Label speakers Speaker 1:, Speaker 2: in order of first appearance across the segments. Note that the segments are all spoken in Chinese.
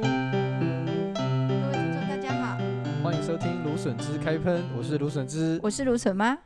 Speaker 1: 各位听众，大家好，
Speaker 2: 欢迎收听芦笋汁开喷，我是芦笋汁。
Speaker 1: 我是芦笋妈。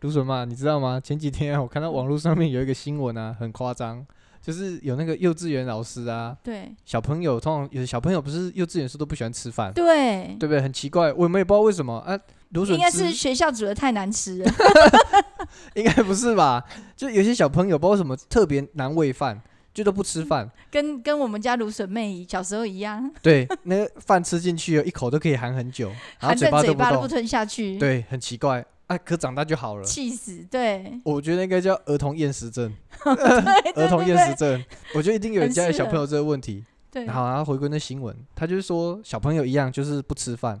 Speaker 2: 芦笋嘛，你知道吗？前几天我看到网络上面有一个新闻啊，很夸张，就是有那个幼稚园老师啊，
Speaker 1: 对
Speaker 2: 小朋友通常有的小朋友不是幼稚园时候都不喜欢吃饭，
Speaker 1: 对，
Speaker 2: 对不对？很奇怪，我们也不知道为什么啊。芦笋
Speaker 1: 应该
Speaker 2: 汁
Speaker 1: 是学校煮的太难吃了。
Speaker 2: 应该不是吧？就有些小朋友不知道为什么特别难喂饭，就都不吃饭。
Speaker 1: 跟跟我们家芦笋妹小时候一样，
Speaker 2: 对，那个饭吃进去了一口都可以含 很久，然后
Speaker 1: 含在
Speaker 2: 巴
Speaker 1: 嘴
Speaker 2: 都
Speaker 1: 巴都不
Speaker 2: 动。
Speaker 1: 吞下去，
Speaker 2: 对，很奇怪啊。可长大就好了。
Speaker 1: 气死！对，
Speaker 2: 我觉得应该叫儿童厌食症，
Speaker 1: 对
Speaker 2: 儿童
Speaker 1: 对
Speaker 2: 厌
Speaker 1: 对
Speaker 2: 食症，我觉得一定有
Speaker 1: 很
Speaker 2: 人家有
Speaker 1: 适
Speaker 2: 小朋友这个问题。
Speaker 1: 对，
Speaker 2: 然后他回归那新闻，他就是说小朋友一样就是不吃饭，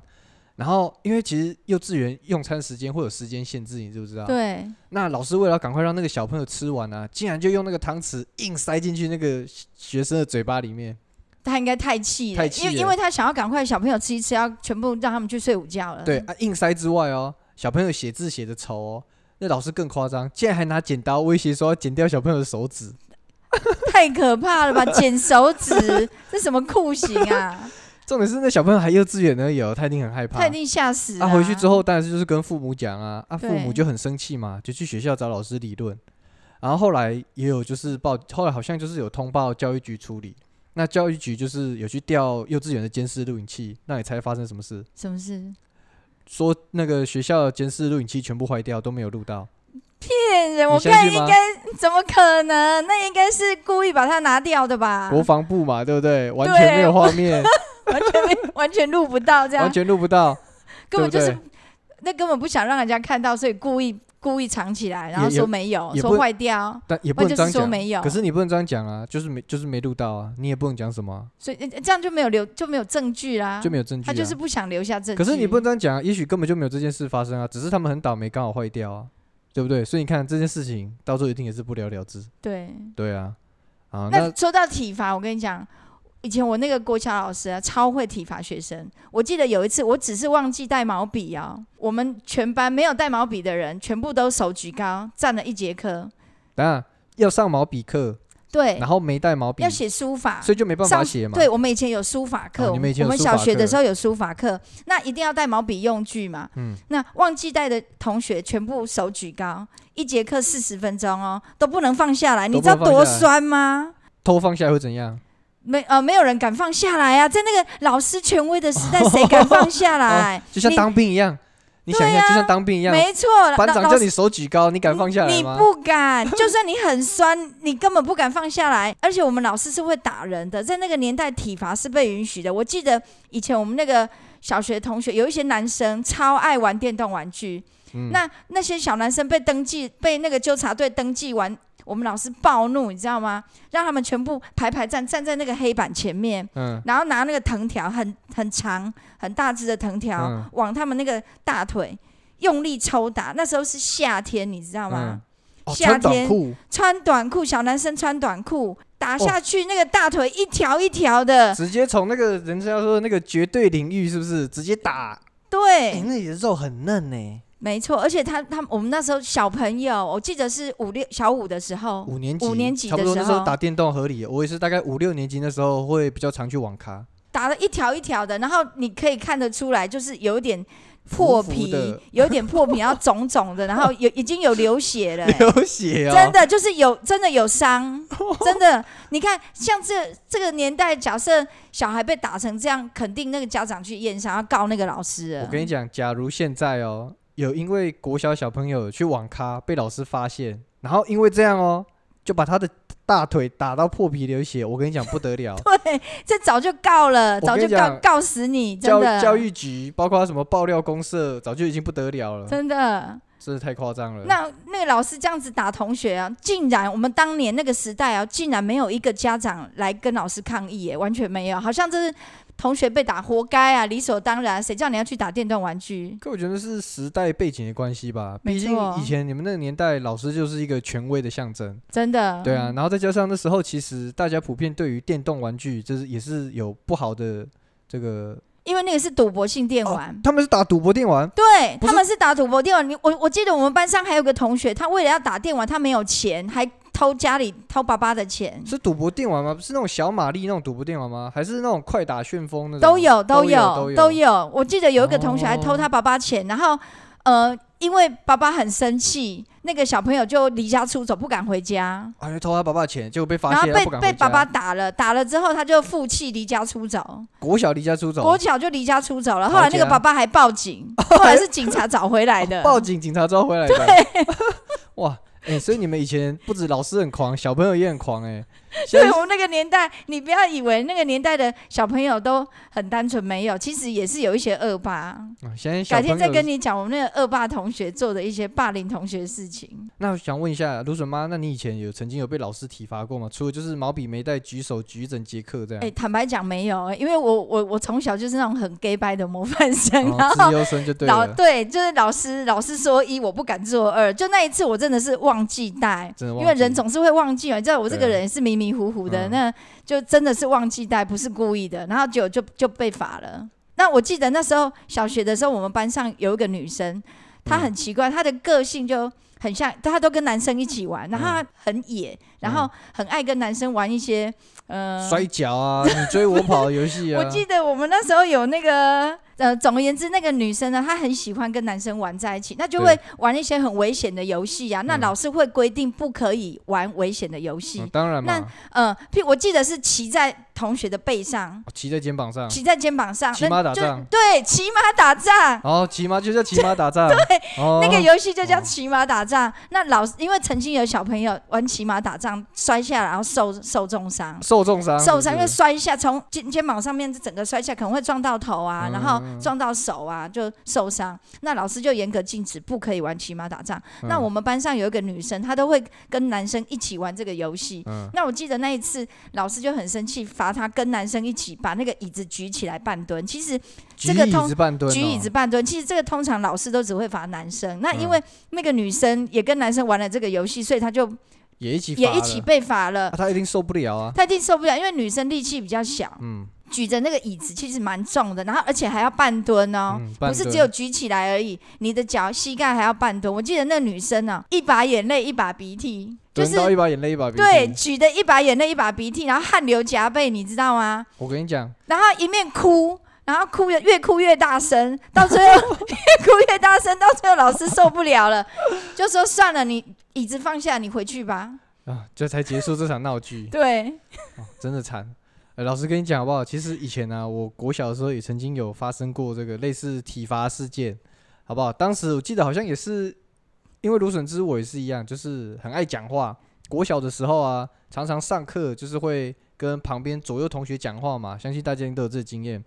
Speaker 2: 然后因为其实幼稚园用餐时间会有时间限制，你知不知道？。
Speaker 1: 对
Speaker 2: 那老师为了赶快让那个小朋友吃完啊，竟然就用那个汤匙硬塞进去那个学生的嘴巴里面。
Speaker 1: 他应该太气了，
Speaker 2: 太气
Speaker 1: 因为
Speaker 2: 了
Speaker 1: 因为他想要赶快小朋友吃一吃，要全部让他们去睡午觉了。
Speaker 2: 对，啊，硬塞之外哦，小朋友写字写的丑哦，那老师更夸张，竟然还拿剪刀威胁说要剪掉小朋友的手指。
Speaker 1: 太可怕 了吧！剪手指，这什么酷刑啊？
Speaker 2: 重点是那小朋友还幼稚园而已哦，他一定很害怕。
Speaker 1: 他一定吓死了、
Speaker 2: 啊，回去之后当然就是跟父母讲啊，啊，
Speaker 1: 对
Speaker 2: 父母就很生气嘛，就去学校找老师理论。然后后来也有就是报，后来好像就是有通报教育局处理。那教育局就是有去调幼稚园的监视录影器，那你猜发生什么事？
Speaker 1: 什么事？
Speaker 2: 说那个学校的监视录影器全部坏掉，都没有录到。
Speaker 1: 骗人！
Speaker 2: 你
Speaker 1: 哎我
Speaker 2: 相
Speaker 1: 看
Speaker 2: 信
Speaker 1: 应
Speaker 2: 吗
Speaker 1: 该怎么可能？那应该是故意把它拿掉的吧？
Speaker 2: 国防部嘛，对不对？完全没有画面，
Speaker 1: 完全没 完全录不到，这样
Speaker 2: 完全录不到，
Speaker 1: 根本就是
Speaker 2: 对不
Speaker 1: 那根本不想让人家看到，所以故意故意藏起来，然后
Speaker 2: 也
Speaker 1: 说没有，
Speaker 2: 也不
Speaker 1: 说坏掉，
Speaker 2: 但也不
Speaker 1: 或
Speaker 2: 能
Speaker 1: 者
Speaker 2: 这
Speaker 1: 是
Speaker 2: 样
Speaker 1: 说
Speaker 2: 讲。
Speaker 1: 没有，
Speaker 2: 可是你不能这样讲啊，就是没就是没录到啊，你也不能讲什么啊、
Speaker 1: 所以呃这样就没有留就没有证据啦，
Speaker 2: 就没有证据、啊。
Speaker 1: 他就是不想留下证据。
Speaker 2: 可是你不能这样讲啊，也许根本就没有这件事发生啊，只是他们很倒霉，刚好坏掉啊，对不对？所以你看这件事情到最后一定也是不了了之，
Speaker 1: 对。
Speaker 2: 对啊，啊，
Speaker 1: 那
Speaker 2: 那
Speaker 1: 说到体罚，我跟你讲，以前我那个国小老师啊，超会体罚学生。我记得有一次，我只是忘记带毛笔哦，我们全班没有带毛笔的人，全部都手举高，站了一节课。
Speaker 2: 当然要上毛笔课，
Speaker 1: 对
Speaker 2: 然，后没带毛笔
Speaker 1: 哎要，写书法。
Speaker 2: 所以就没办法
Speaker 1: 上
Speaker 2: 写嘛。
Speaker 1: 对，我们以前有书法课，
Speaker 2: 哦你们以前有
Speaker 1: 我们
Speaker 2: 书法
Speaker 1: 小学的
Speaker 2: 课
Speaker 1: 时候有书法课，那一定要带毛笔用具嘛。
Speaker 2: 嗯
Speaker 1: 那忘记带的同学全部手举高，一节课四十分钟哦，都不能放下来，你
Speaker 2: 都
Speaker 1: 知道
Speaker 2: 不能放
Speaker 1: 多
Speaker 2: 下来
Speaker 1: 酸吗？
Speaker 2: 偷放下来会怎样？
Speaker 1: 没呃，没有人敢放下来啊！在那个老师权威的时代，谁敢放下来？
Speaker 2: 哦 就像
Speaker 1: 你
Speaker 2: 当兵一样，你想一
Speaker 1: 对啊
Speaker 2: 下，就像当兵一样，
Speaker 1: 没错，
Speaker 2: 班
Speaker 1: 老
Speaker 2: 长
Speaker 1: 老
Speaker 2: 叫
Speaker 1: 师
Speaker 2: 你手举高，你敢放下来
Speaker 1: 你
Speaker 2: 吗？
Speaker 1: 不 敢，就算你很酸，你根本不敢放下来。而且我们老师是会打人的，在那个年代体罚是被允许的。我记得以前我们那个小学同学有一些男生超爱玩电动玩具，
Speaker 2: 嗯
Speaker 1: 那那些小男生被登记被那个纠察队登记完，我们老师暴怒，你知道吗？让他们全部排排站站在那个黑板前面，
Speaker 2: 嗯，
Speaker 1: 然后拿那个藤条，很很长、很大只的藤条，
Speaker 2: 嗯
Speaker 1: 往他们那个大腿用力抽打。那时候是夏天，你知道吗？
Speaker 2: 哦，
Speaker 1: 夏
Speaker 2: 穿短
Speaker 1: 天
Speaker 2: 裤，
Speaker 1: 穿短裤，小男生穿短裤打
Speaker 2: 哦
Speaker 1: 下去，那个大腿一条一条的，
Speaker 2: 直接从那个人家说的那个绝对领域是不是直接打？
Speaker 1: 对，
Speaker 2: 哎，那里的肉很嫩呢，
Speaker 1: 没错。而且他他我们那时候小朋友，我记得是五六小五的时候，
Speaker 2: 五年级，
Speaker 1: 哦五年级
Speaker 2: 差不
Speaker 1: 的
Speaker 2: 多
Speaker 1: 时
Speaker 2: 那时候
Speaker 1: 候
Speaker 2: 打电动合理。我也是大概五六年级那时候会比较常去网咖，
Speaker 1: 打了一条一条的，然后你可以看得出来，就是有一点破
Speaker 2: 浮浮
Speaker 1: 皮，
Speaker 2: 的
Speaker 1: 有一点破皮，然后肿肿的，然后有已经有流血了、哎
Speaker 2: 流血哦
Speaker 1: 真的就是有真的有 伤，真的。你看，像这这个年代，假设小孩被打成这样，肯定那个家长去验伤，要告那个老师了。
Speaker 2: 我跟你讲，假如现在哦，有因为国小小朋友去网咖被老师发现，然后因为这样哦，就把他的大腿打到破皮流血，我跟你讲不得了
Speaker 1: 对，这早就告了，
Speaker 2: 我
Speaker 1: 早
Speaker 2: 跟
Speaker 1: 就
Speaker 2: 你
Speaker 1: 告
Speaker 2: 讲
Speaker 1: 告死你， 真
Speaker 2: 教
Speaker 1: 的。
Speaker 2: 教育局包括什么爆料公社，早就已经不得了了，
Speaker 1: 真的。
Speaker 2: 真的太夸张了。
Speaker 1: 那那个老师这样子打同学啊，竟然我们当年那个时代啊，竟然没有一个家长来跟老师抗议耶，完全没有，好像这是同学被打活该啊，理所当然，谁叫你要去打电动玩具？
Speaker 2: 可我觉得是时代背景的关系吧，
Speaker 1: 没
Speaker 2: 毕竟
Speaker 1: 错
Speaker 2: 以前你们那个年代，老师就是一个权威的象征。
Speaker 1: 真的。
Speaker 2: 对啊，然后再加上那时候，其实大家普遍对于电动玩具，就是也是有不好的这个
Speaker 1: 因为那个是赌博性电玩。
Speaker 2: 他们是打赌博电玩，
Speaker 1: 对
Speaker 2: 不
Speaker 1: 他
Speaker 2: 是
Speaker 1: 们是打赌博电玩，你我我记得我们班上还有个同学，他为了要打电玩，他没有钱，还偷家里偷爸爸的钱，
Speaker 2: 是赌博电玩吗？是那种小玛丽那种赌博电玩吗？还是那种快打旋风那种？
Speaker 1: 都有
Speaker 2: 啊都
Speaker 1: 有
Speaker 2: 都
Speaker 1: 都有。我记得有一个同学还
Speaker 2: 哦
Speaker 1: 偷他爸爸钱，然后呃，因为爸爸很生气，那个小朋友就离家出走，不敢回家，
Speaker 2: 啊，就偷他爸爸钱，结果被发
Speaker 1: 然后
Speaker 2: 现，他
Speaker 1: 被
Speaker 2: 不敢
Speaker 1: 被
Speaker 2: 回
Speaker 1: 爸
Speaker 2: 家
Speaker 1: 爸打了，打了之后他就负气离家出走，
Speaker 2: 国小离家出走，
Speaker 1: 国小就离家出走了。
Speaker 2: 好
Speaker 1: 后来那个
Speaker 2: 家
Speaker 1: 爸爸还报 警，后来是警察找回来的。
Speaker 2: 哦报警，警察抓回来的。哇，哎、所以你们以前不止老师很狂，小朋友也很狂哎、现
Speaker 1: 对
Speaker 2: 在
Speaker 1: 我们那个年代，你不要以为那个年代的小朋友都很单纯，没有，其实也是有一些恶霸。
Speaker 2: 啊现在小
Speaker 1: 改
Speaker 2: 朋友
Speaker 1: 天再跟你讲我们那个恶霸同学做的一些霸凌同学的事情。
Speaker 2: 那我想问一下，芦笋妈，那你以前有曾经有被老师体罚过吗？除了就是毛笔没带，举手举一整节课这样。
Speaker 1: 哎、坦白讲没有，因为我我我从小就是那种很 gay 掰的模范生，然
Speaker 2: 哦，
Speaker 1: 后
Speaker 2: 自优生就对
Speaker 1: 老
Speaker 2: 了，
Speaker 1: 对，就是老师老师说一，我不敢做二。就那一次，我真的是忘记带，
Speaker 2: 真的忘
Speaker 1: 因为人
Speaker 2: 记
Speaker 1: 总是会忘记嘛。你知道我这个
Speaker 2: 对
Speaker 1: 人也是迷迷糊糊的，
Speaker 2: 嗯
Speaker 1: 那就真的是忘记带，不是故意的。然后就就就被罚了。那我记得那时候小学的时候，我们班上有一个女生，她
Speaker 2: 嗯
Speaker 1: 很奇怪，她的个性就很像，她都跟男生一起玩，然后她很野，然后很爱跟男生玩一些，呃，
Speaker 2: 嗯摔跤啊，你追我跑的游戏啊。
Speaker 1: 我记得我们那时候有那个，呃，总而言之，那个女生呢，她很喜欢跟男生玩在一起，那就
Speaker 2: 对
Speaker 1: 会玩一些很危险的游戏啊。那
Speaker 2: 嗯
Speaker 1: 老师会规定不可以玩危险的游戏
Speaker 2: 嗯、，当然嘛，
Speaker 1: 嗯，譬我记得是骑在同学的背上，
Speaker 2: 哦骑在肩膀上，
Speaker 1: 骑在肩膀上，
Speaker 2: 骑马
Speaker 1: 那
Speaker 2: 打
Speaker 1: 就
Speaker 2: 仗
Speaker 1: 对，骑马打仗。
Speaker 2: 哦，骑马就叫骑马 打仗。对，哦、
Speaker 1: 那个游戏就叫
Speaker 2: 哦
Speaker 1: 骑马打仗。那老师因为曾经有小朋友玩骑马打仗摔下来，然后受受重伤，
Speaker 2: 受重伤是不是，
Speaker 1: 受伤，因为摔一下，从肩肩膀上面整个摔下，可能会撞到头啊，
Speaker 2: 嗯
Speaker 1: 然后撞到手啊，就受伤。那老师就严格禁止，不可以玩骑马打仗。
Speaker 2: 嗯
Speaker 1: 那我们班上有一个女生，她都会跟男生一起玩这个游戏。
Speaker 2: 嗯
Speaker 1: 那我记得那一次，老师就很生气，罚她跟男生一起把那个椅子举起来半蹲。其实
Speaker 2: 举
Speaker 1: 这个
Speaker 2: 椅
Speaker 1: 通
Speaker 2: 子半蹲、哦，嗯
Speaker 1: 举椅子半蹲，其实这个通常老师都只会罚男生。那因为那个女生也跟男生玩了这个游戏，所以她就
Speaker 2: 也一起
Speaker 1: 也
Speaker 2: 罚
Speaker 1: 一起
Speaker 2: 了、
Speaker 1: 被罚了
Speaker 2: 啊，。他一定受不了啊。
Speaker 1: 她一定受不了，因为女生力气比较小。
Speaker 2: 嗯，
Speaker 1: 举着那个椅子其实蛮重的，然后而且还要半蹲哦，
Speaker 2: 嗯
Speaker 1: 不
Speaker 2: 半
Speaker 1: 是
Speaker 2: 蹲
Speaker 1: 只有举起来而已，你的脚膝盖还要半蹲。我记得那女生呢、一把眼泪一把鼻涕，就
Speaker 2: 蹲
Speaker 1: 是
Speaker 2: 到一把眼泪一把鼻涕。
Speaker 1: 对举的一把眼泪一把鼻涕，然后汗流浃背，你知道吗？
Speaker 2: 我跟你讲，
Speaker 1: 然后一面哭。然后哭的越哭越大声，到最后 越哭越大声，到最后老师受不了了，就说算了，你椅子放下，你回去 吧。，
Speaker 2: 啊，这才结束这场闹剧
Speaker 1: 对，
Speaker 2: 哦、真的惨。呃老实跟你讲好不好？其实以前呢、我国小的时候也曾经有发生过这个类似体罚事件，好不好？当时我记得好像也是因为芦笋汁，我也是一样，就是很爱讲话。国小的时候啊，常常上课就是会跟旁边左右同学讲话嘛，相信大家一定都有这个经验。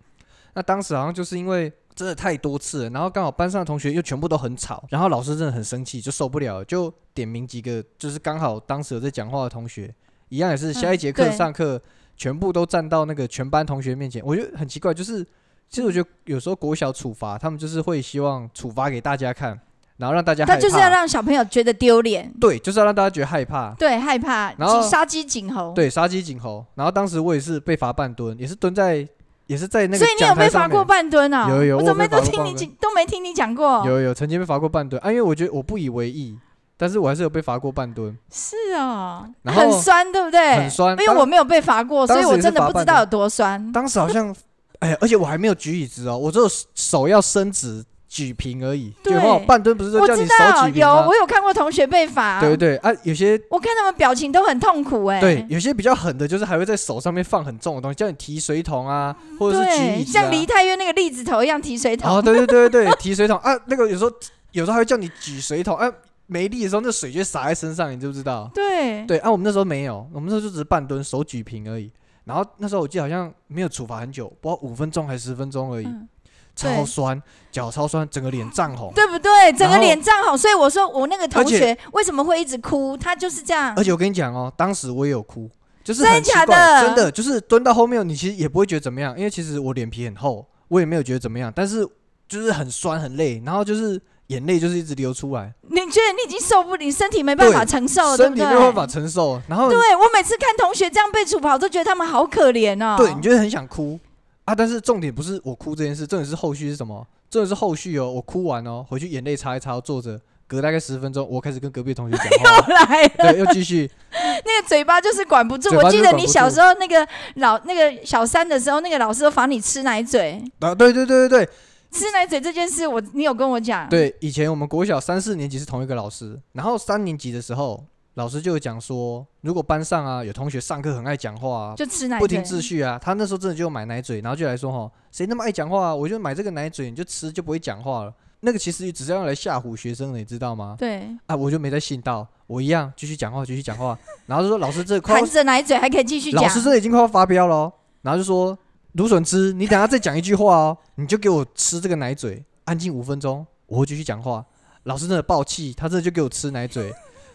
Speaker 2: 那当时好像就是因为真的太多次了，然后刚好班上的同学又全部都很吵，然后老师真的很生气，就受不了了，就点名几个就是刚好当时有在讲话的同学，一样也是下一节课
Speaker 1: 对
Speaker 2: 上课、全部都站到那个全班同学面前，我觉得很奇怪，就是其实我觉得有时候国小处罚他们就是会希望处罚给大家看，然后让大家
Speaker 1: 他
Speaker 2: 害怕，
Speaker 1: 就是要让哦小朋友觉得丢脸，
Speaker 2: 对，就是要让大家觉得害怕，
Speaker 1: 对，害怕，
Speaker 2: 然后
Speaker 1: 鸡杀鸡儆猴。
Speaker 2: 对，杀鸡儆猴。然后当时我也是被罚半蹲，也是蹲在，也是在那个
Speaker 1: 所以你有
Speaker 2: 讲台
Speaker 1: 被罚
Speaker 2: 上面
Speaker 1: 过半哦蹲啊、
Speaker 2: 有有
Speaker 1: 我
Speaker 2: 我
Speaker 1: 怎么
Speaker 2: 被
Speaker 1: 都
Speaker 2: 罚过
Speaker 1: 听
Speaker 2: 半
Speaker 1: 你
Speaker 2: 蹲
Speaker 1: 讲，都没听你讲过。
Speaker 2: 有有曾经被罚过半蹲啊，因为我觉得我不以为意，但是我还是有被罚过半蹲，
Speaker 1: 是哦，
Speaker 2: 然后
Speaker 1: 很酸，对不对？
Speaker 2: 很酸
Speaker 1: 因为
Speaker 2: 当
Speaker 1: 我没有被罚过，所
Speaker 2: 当
Speaker 1: 以
Speaker 2: 时
Speaker 1: 我
Speaker 2: 也是
Speaker 1: 真的
Speaker 2: 罚
Speaker 1: 不知
Speaker 2: 半
Speaker 1: 道
Speaker 2: 蹲
Speaker 1: 有多酸。
Speaker 2: 当时好像，哎呀，而且我还没有举椅子哦，我只有手要伸直举平而已，
Speaker 1: 对
Speaker 2: 有没有？半蹲不是
Speaker 1: 我
Speaker 2: 都叫
Speaker 1: 知
Speaker 2: 你手
Speaker 1: 道
Speaker 2: 举平
Speaker 1: 有，
Speaker 2: 吗？
Speaker 1: 我有看过同学被罚，
Speaker 2: 啊对对啊，有些
Speaker 1: 我看他们表情都很痛苦、哎，
Speaker 2: 对，有些比较狠的，就是还会在手上面放很重的东西，叫你提水桶啊，或者是举
Speaker 1: 嗯对，
Speaker 2: 椅子、啊，
Speaker 1: 像黎太渊那个栗子头一样提水桶，
Speaker 2: 哦，对对对对对，提水桶啊，那个有时候有时候还会叫你举水桶，啊，没力的时候那水就会洒在身上，你知不知道？
Speaker 1: 对
Speaker 2: 对啊，我们那时候没有，我们那时候就只是半蹲，手举平而已。然后那时候我记得好像没有处罚很久，不知道五分钟还是十分钟而已，
Speaker 1: 嗯
Speaker 2: 超
Speaker 1: 对
Speaker 2: 酸，脚超酸，整个脸涨红。
Speaker 1: 对不对？整
Speaker 2: 然
Speaker 1: 个
Speaker 2: 后
Speaker 1: 脸涨红，所以我说我那个同
Speaker 2: 而且
Speaker 1: 学为什么会一直哭，他就是这样
Speaker 2: 而。且我跟你讲哦，当时我也有哭，就是
Speaker 1: 真的
Speaker 2: 很奇
Speaker 1: 假
Speaker 2: 怪
Speaker 1: 的
Speaker 2: 真的就是蹲到后面，你其实也不会觉得怎么样，因为其实我脸皮很厚，我也没有觉得怎么样，但是就是很酸很累，然后就是眼泪就是一直流出来，
Speaker 1: 你觉得你已经受不了，你身体没办法
Speaker 2: 对
Speaker 1: 承受，对
Speaker 2: 身
Speaker 1: 不
Speaker 2: 体
Speaker 1: 对？
Speaker 2: 没有办法承受，然后
Speaker 1: 对我每次看同学这样被处罚，我都觉得他们好可怜哦。
Speaker 2: 对，你就会很想哭啊，啊，但是重点不是我哭这件事，重点是后续是什么？重点是后续哦，我哭完哦，回去眼泪擦一擦，坐着，隔大概十分钟，我开始跟隔壁同学讲
Speaker 1: 哎
Speaker 2: 话，
Speaker 1: 来了，
Speaker 2: 对，又继续，
Speaker 1: 那个嘴巴就是管不住。
Speaker 2: 嘴巴
Speaker 1: 我
Speaker 2: 就是
Speaker 1: 记得
Speaker 2: 管
Speaker 1: 你
Speaker 2: 不
Speaker 1: 小
Speaker 2: 住
Speaker 1: 时候那个老那个小三的时候，那个老师都罚你吃奶嘴，
Speaker 2: 啊，对对对对对
Speaker 1: 吃奶嘴这件事我，你有跟我讲。，
Speaker 2: 对，以前我们国小三四年级是同一个老师，然后三年级的时候，老师就有讲说，如果班上啊有同学上课很爱讲话啊，
Speaker 1: 就吃奶
Speaker 2: 不
Speaker 1: 嘴。
Speaker 2: 听秩序啊，他那时候真的就买奶嘴，然后就来说哈，谁那么爱讲话、啊，我就买这个奶嘴，你就吃就不会讲话了。那个其实只是要来吓唬学生的，你知道吗？
Speaker 1: 对，
Speaker 2: 啊，我就没再信到，我一样继续讲话，继续讲话，然后就说老师这个快要
Speaker 1: 含着奶嘴还可以继续讲
Speaker 2: 老。师这已经快要发飙了哦、然后就说芦笋汁，你等下再讲一句话哦，你就给我吃这个奶嘴，安静五分钟，我会继续讲话。老师真的爆气，他真的就给我吃奶嘴。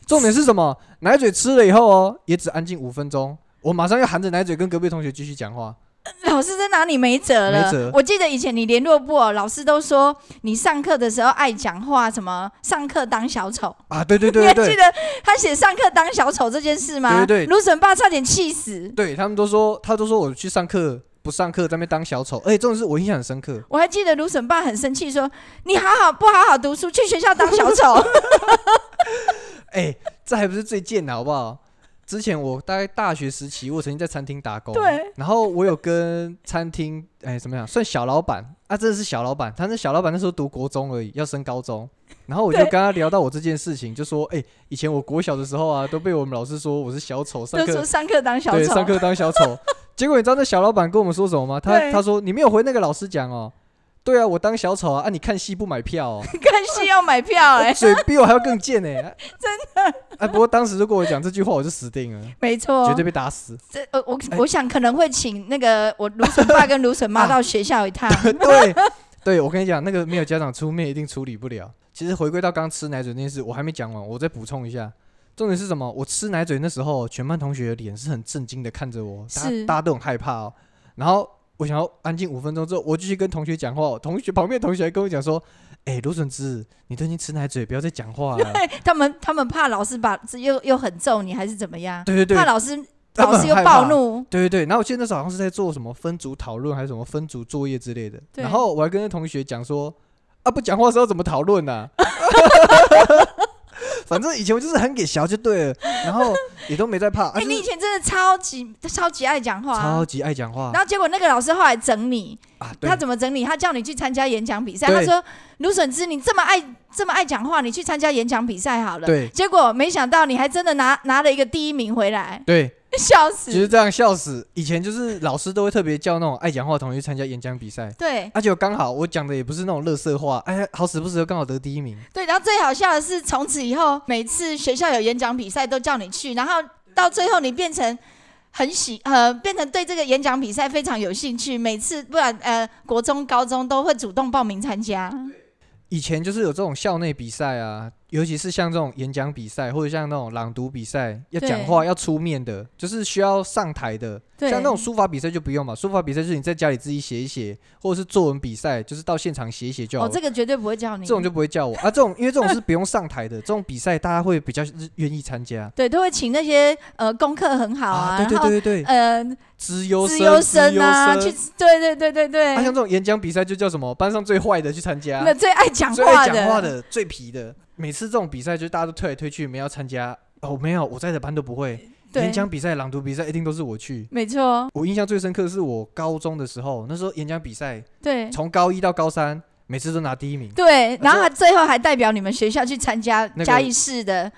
Speaker 2: 重点是什么？奶嘴吃了以后哦，也只安静五分钟，我马上又含着奶嘴跟隔壁同学继续讲话。
Speaker 1: 老师真拿你没辙
Speaker 2: 没
Speaker 1: 了。
Speaker 2: 辙
Speaker 1: 我记得以前你联络部、哦、老师都说你上课的时候爱讲话，什么上课当小丑。
Speaker 2: 啊，对对对对
Speaker 1: 你还记
Speaker 2: 对，
Speaker 1: 得他写上课当小丑这件事吗？
Speaker 2: 对对对
Speaker 1: 芦笋爸差点气死。
Speaker 2: 对他们都说，他都说我去上课不上课，在那边当小丑。而哎且重点是我印象很深刻，
Speaker 1: 我还记得芦笋爸很生气说：“你好好不好好读书，去学校当小 丑。
Speaker 2: 哎、这还不是最贱的好不好？之前我大概大学时期，我曾经在餐厅打工，
Speaker 1: 对，
Speaker 2: 然后我有跟餐厅哎、怎么样，算小老板啊，真的是小老板，他那小老板那时候读国中而已，要升高中，然后我就
Speaker 1: 对
Speaker 2: 跟他聊到我这件事情，就说哎、以前我国小的时候啊，都被我们老师说我是小丑，”上
Speaker 1: 就
Speaker 2: 课
Speaker 1: 说上课当小
Speaker 2: 对，
Speaker 1: 丑。
Speaker 2: 上课当小 丑。结果你知道那小老板跟我们说什么吗？他
Speaker 1: 对
Speaker 2: 他说你没有回那个老师讲哦。对啊，我当小丑啊！啊，你看戏不买票哦，
Speaker 1: 看戏要买票哎、
Speaker 2: 嘴比我还要更贱 呢、真的。哎，不过当时如果我讲这句话，我就死定了，
Speaker 1: 没错
Speaker 2: 绝，对被打死。
Speaker 1: 这呃我我想可能会请那个我芦笋爸跟芦笋妈到学校一趟，
Speaker 2: 对，对我跟你讲，那个没有家长出面一定处理不了。其实回归到刚吃奶嘴那件事，我还没讲完，我再补充一下。重点是什么？我吃奶嘴那时候，全班同学的脸是很震惊的看着我，大
Speaker 1: 是
Speaker 2: 家大家都很害怕哦。然后我想要安静五分钟之后，我继续跟同学讲话哦。同学旁边的同学还跟我讲说：“哎、芦笋汁，你最近吃奶嘴，不要再讲话了。
Speaker 1: 他们他们怕老师把又又很揍你还是怎么样”？
Speaker 2: 对对对
Speaker 1: 怕，老师
Speaker 2: 他
Speaker 1: 老
Speaker 2: 们很
Speaker 1: 师又
Speaker 2: 害怕哦
Speaker 1: 暴怒，
Speaker 2: 对对对，然后我记得那时候好像是在做什么分组讨论还是什么分组作业之类的，
Speaker 1: 对
Speaker 2: 然后我还跟那同学讲说，啊不讲话的时候怎么讨论 呢、啊？反正以前我就是很给小就对了，然后也都没在怕，啊
Speaker 1: 哎、
Speaker 2: 就
Speaker 1: 你以
Speaker 2: 是
Speaker 1: 前真的超级超级爱讲话、
Speaker 2: 超级爱讲话
Speaker 1: 然后结果那个老师后来整你，
Speaker 2: 啊，对
Speaker 1: 他，怎么整你？他叫你去参加演讲比赛，他
Speaker 2: 对
Speaker 1: 说：“芦笋枝，你这么爱这么爱讲话，你去参加演讲比赛好了。”
Speaker 2: 对
Speaker 1: 结果没想到你还真的拿拿了一个第一名回来，
Speaker 2: 对，
Speaker 1: 笑死！
Speaker 2: 就是这样笑死。以前就是老师都会特别叫那种爱讲话的同学去参加演讲比赛，
Speaker 1: 对
Speaker 2: 而且刚好我讲的也不是那种乐色话，哎呀，好死不死又刚好得第一名，
Speaker 1: 对，然后最好笑的是，从此以后每次学校有演讲比赛都叫你去，然后到最后你变成很喜呃，变成对这个演讲比赛非常有兴趣，每次不然呃国中、高中都会主动报名参加。
Speaker 2: 以前就是有这种校内比赛啊，尤其是像这种演讲比赛或者像那种朗读比赛，要
Speaker 1: 对
Speaker 2: 讲话要出面的，就是需要上台的。
Speaker 1: 对，
Speaker 2: 像那种书法比赛就不用嘛，书法比赛就是你在家里自己写一写，或者是作文比赛，就是到现场写一写就好
Speaker 1: 哦，
Speaker 2: 了。
Speaker 1: 这个绝对不会叫你，
Speaker 2: 这种就不会叫我啊，这种因为这种是不用上台的，这 种比赛大家会比较愿意参加
Speaker 1: 对，都会请那些呃功课很好啊，
Speaker 2: 对
Speaker 1: 然后
Speaker 2: 对对 对对，
Speaker 1: 呃
Speaker 2: 资优
Speaker 1: 资优
Speaker 2: 生
Speaker 1: 生啊，去对对对对对，
Speaker 2: 啊，像这种演讲比赛就叫什么班上最坏的去参加，
Speaker 1: 那最爱讲
Speaker 2: 啊最爱
Speaker 1: 话
Speaker 2: 讲话的、最皮的，每次这种比赛就大家都推来推去，没要参加。哦，没有，我在的班都不会。
Speaker 1: 对
Speaker 2: 演，讲比赛、朗读比赛一定都是我去。
Speaker 1: 没错，
Speaker 2: 我印象最深刻的是我高中的时候，那时候演讲比赛
Speaker 1: 对
Speaker 2: 从高一到高三，每次都拿第一名。
Speaker 1: 对，然
Speaker 2: 那
Speaker 1: 后
Speaker 2: 这
Speaker 1: 他最后还代表你们学校去参加
Speaker 2: 那个
Speaker 1: 嘉义市的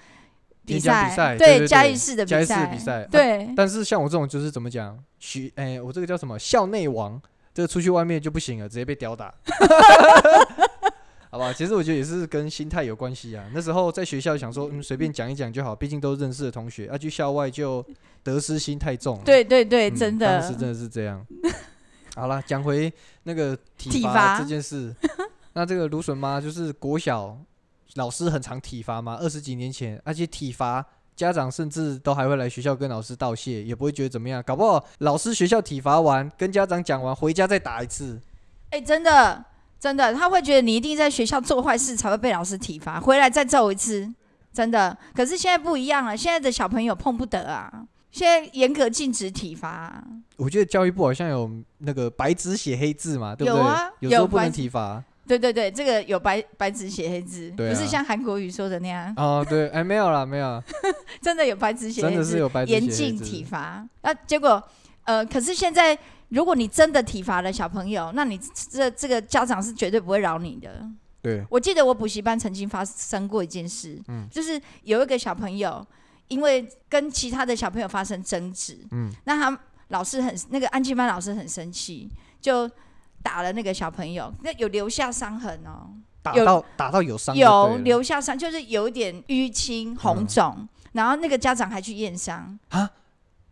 Speaker 1: 比
Speaker 2: 演讲比
Speaker 1: 赛，
Speaker 2: 赛对对对
Speaker 1: 嘉义市的
Speaker 2: 嘉义市的
Speaker 1: 赛
Speaker 2: 比赛嗯
Speaker 1: 对
Speaker 2: 但是像我这种就是怎么讲，学哎、我这个叫什么校内王，这个出去外面就不行了，直接被吊打。好吧，其实我觉得也是跟心态有关系啊。那时候在学校想说，嗯，随便讲一讲就好，毕竟都认识的同学。啊，去校外就得失心太重了。
Speaker 1: 对对对，
Speaker 2: 嗯
Speaker 1: 哎真
Speaker 2: 当时
Speaker 1: 的
Speaker 2: 真的是 这样。好了，讲回那个体
Speaker 1: 体
Speaker 2: 罚
Speaker 1: 罚
Speaker 2: 这件事，那这个芦笋妈就是国小老师很常体罚嘛，二十几年前，而且体罚。家长甚至都还会来学校跟老师道谢，也不会觉得怎么样。搞不好老师学校体罚完，跟家长讲完，回家再打一次。
Speaker 1: 哎，真的真的，他会觉得你一定在学校做坏事才会被老师体罚，回来再揍一次，真的。可是现在不一样了，现在的小朋友碰不得啊。现在严格禁止体罚啊、
Speaker 2: 我觉得教育部好像有那个白纸写黑字嘛，对不对？
Speaker 1: 有啊
Speaker 2: 时候
Speaker 1: 有
Speaker 2: 不能
Speaker 1: 白纸
Speaker 2: 体罚
Speaker 1: 对对对，这个有白白纸写黑字，
Speaker 2: 对啊
Speaker 1: 不是像韩国语说的那样，
Speaker 2: 啊，对，哎，没有啦，没有啦，
Speaker 1: 真的有白纸写黑
Speaker 2: 真
Speaker 1: 字，
Speaker 2: 的是有白纸写
Speaker 1: 严
Speaker 2: 黑
Speaker 1: 禁
Speaker 2: 字
Speaker 1: 体罚。那、结果，呃，可是现在如果你真的体罚了小朋友，那你这这个家长是绝对不会饶你的。
Speaker 2: 对，
Speaker 1: 我记得我补习班曾经发生过一件事，
Speaker 2: 嗯
Speaker 1: 就是有一个小朋友因为跟其他的小朋友发生争执，
Speaker 2: 嗯
Speaker 1: 那他老师很那个安静班老师很生气，就打了那个小朋友，那有留下伤痕哦。
Speaker 2: 打
Speaker 1: 有
Speaker 2: 到打到有伤就
Speaker 1: 有
Speaker 2: 对了
Speaker 1: 留下伤，就是有一点淤青、红肿，
Speaker 2: 嗯
Speaker 1: 然后那个家长还去验伤，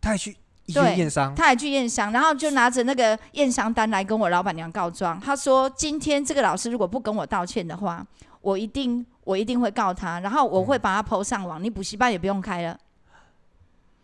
Speaker 2: 他还去医
Speaker 1: 对
Speaker 2: 院验伤，
Speaker 1: 他还去验伤，然后就拿着那个验伤单来跟我老板娘告状。他说：“今天这个老师如果不跟我道歉的话，我一定我一定会告他，然后我会把他 PO 上网，你补习班也不用开了，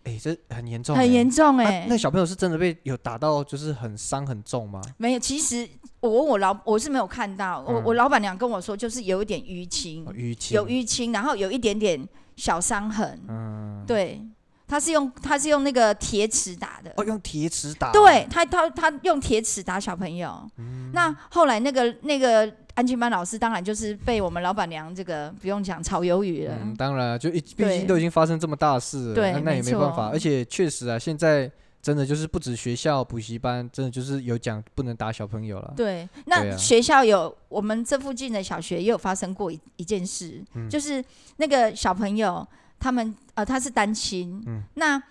Speaker 2: 哎，这很严重欸，
Speaker 1: 很严重
Speaker 2: 啊
Speaker 1: 哎、
Speaker 2: 那小朋友是真的被有打到，就是很伤很重吗？
Speaker 1: 没有，其实我问我老我是没有看到，我、
Speaker 2: 嗯
Speaker 1: 我老板娘跟我说，就是有一点淤青，
Speaker 2: 哦淤青
Speaker 1: 有淤青，然后有一点点小伤痕，
Speaker 2: 嗯，
Speaker 1: 对，他是用他是用那个铁尺打的。
Speaker 2: 哦，用铁尺打，
Speaker 1: 对，他，他他用铁尺打小朋友。
Speaker 2: 嗯
Speaker 1: 那后来那个那个安全班老师，当然就是被我们老板娘这个不用讲炒鱿鱼了。
Speaker 2: 嗯，当然啊，就一毕
Speaker 1: 对
Speaker 2: 竟都已经发生这么大的事了，
Speaker 1: 对
Speaker 2: 那那也
Speaker 1: 没
Speaker 2: 没办
Speaker 1: 错
Speaker 2: 法。而且确实啊，现在真的就是不止学校、补习班，真的就是有讲不能打小朋友了。
Speaker 1: 对，
Speaker 2: 对
Speaker 1: 那
Speaker 2: 啊
Speaker 1: 学校有、我们这附近的小学也有发生过一一件事，
Speaker 2: 嗯
Speaker 1: 就是那个小朋友他们呃他是单亲，
Speaker 2: 嗯
Speaker 1: 那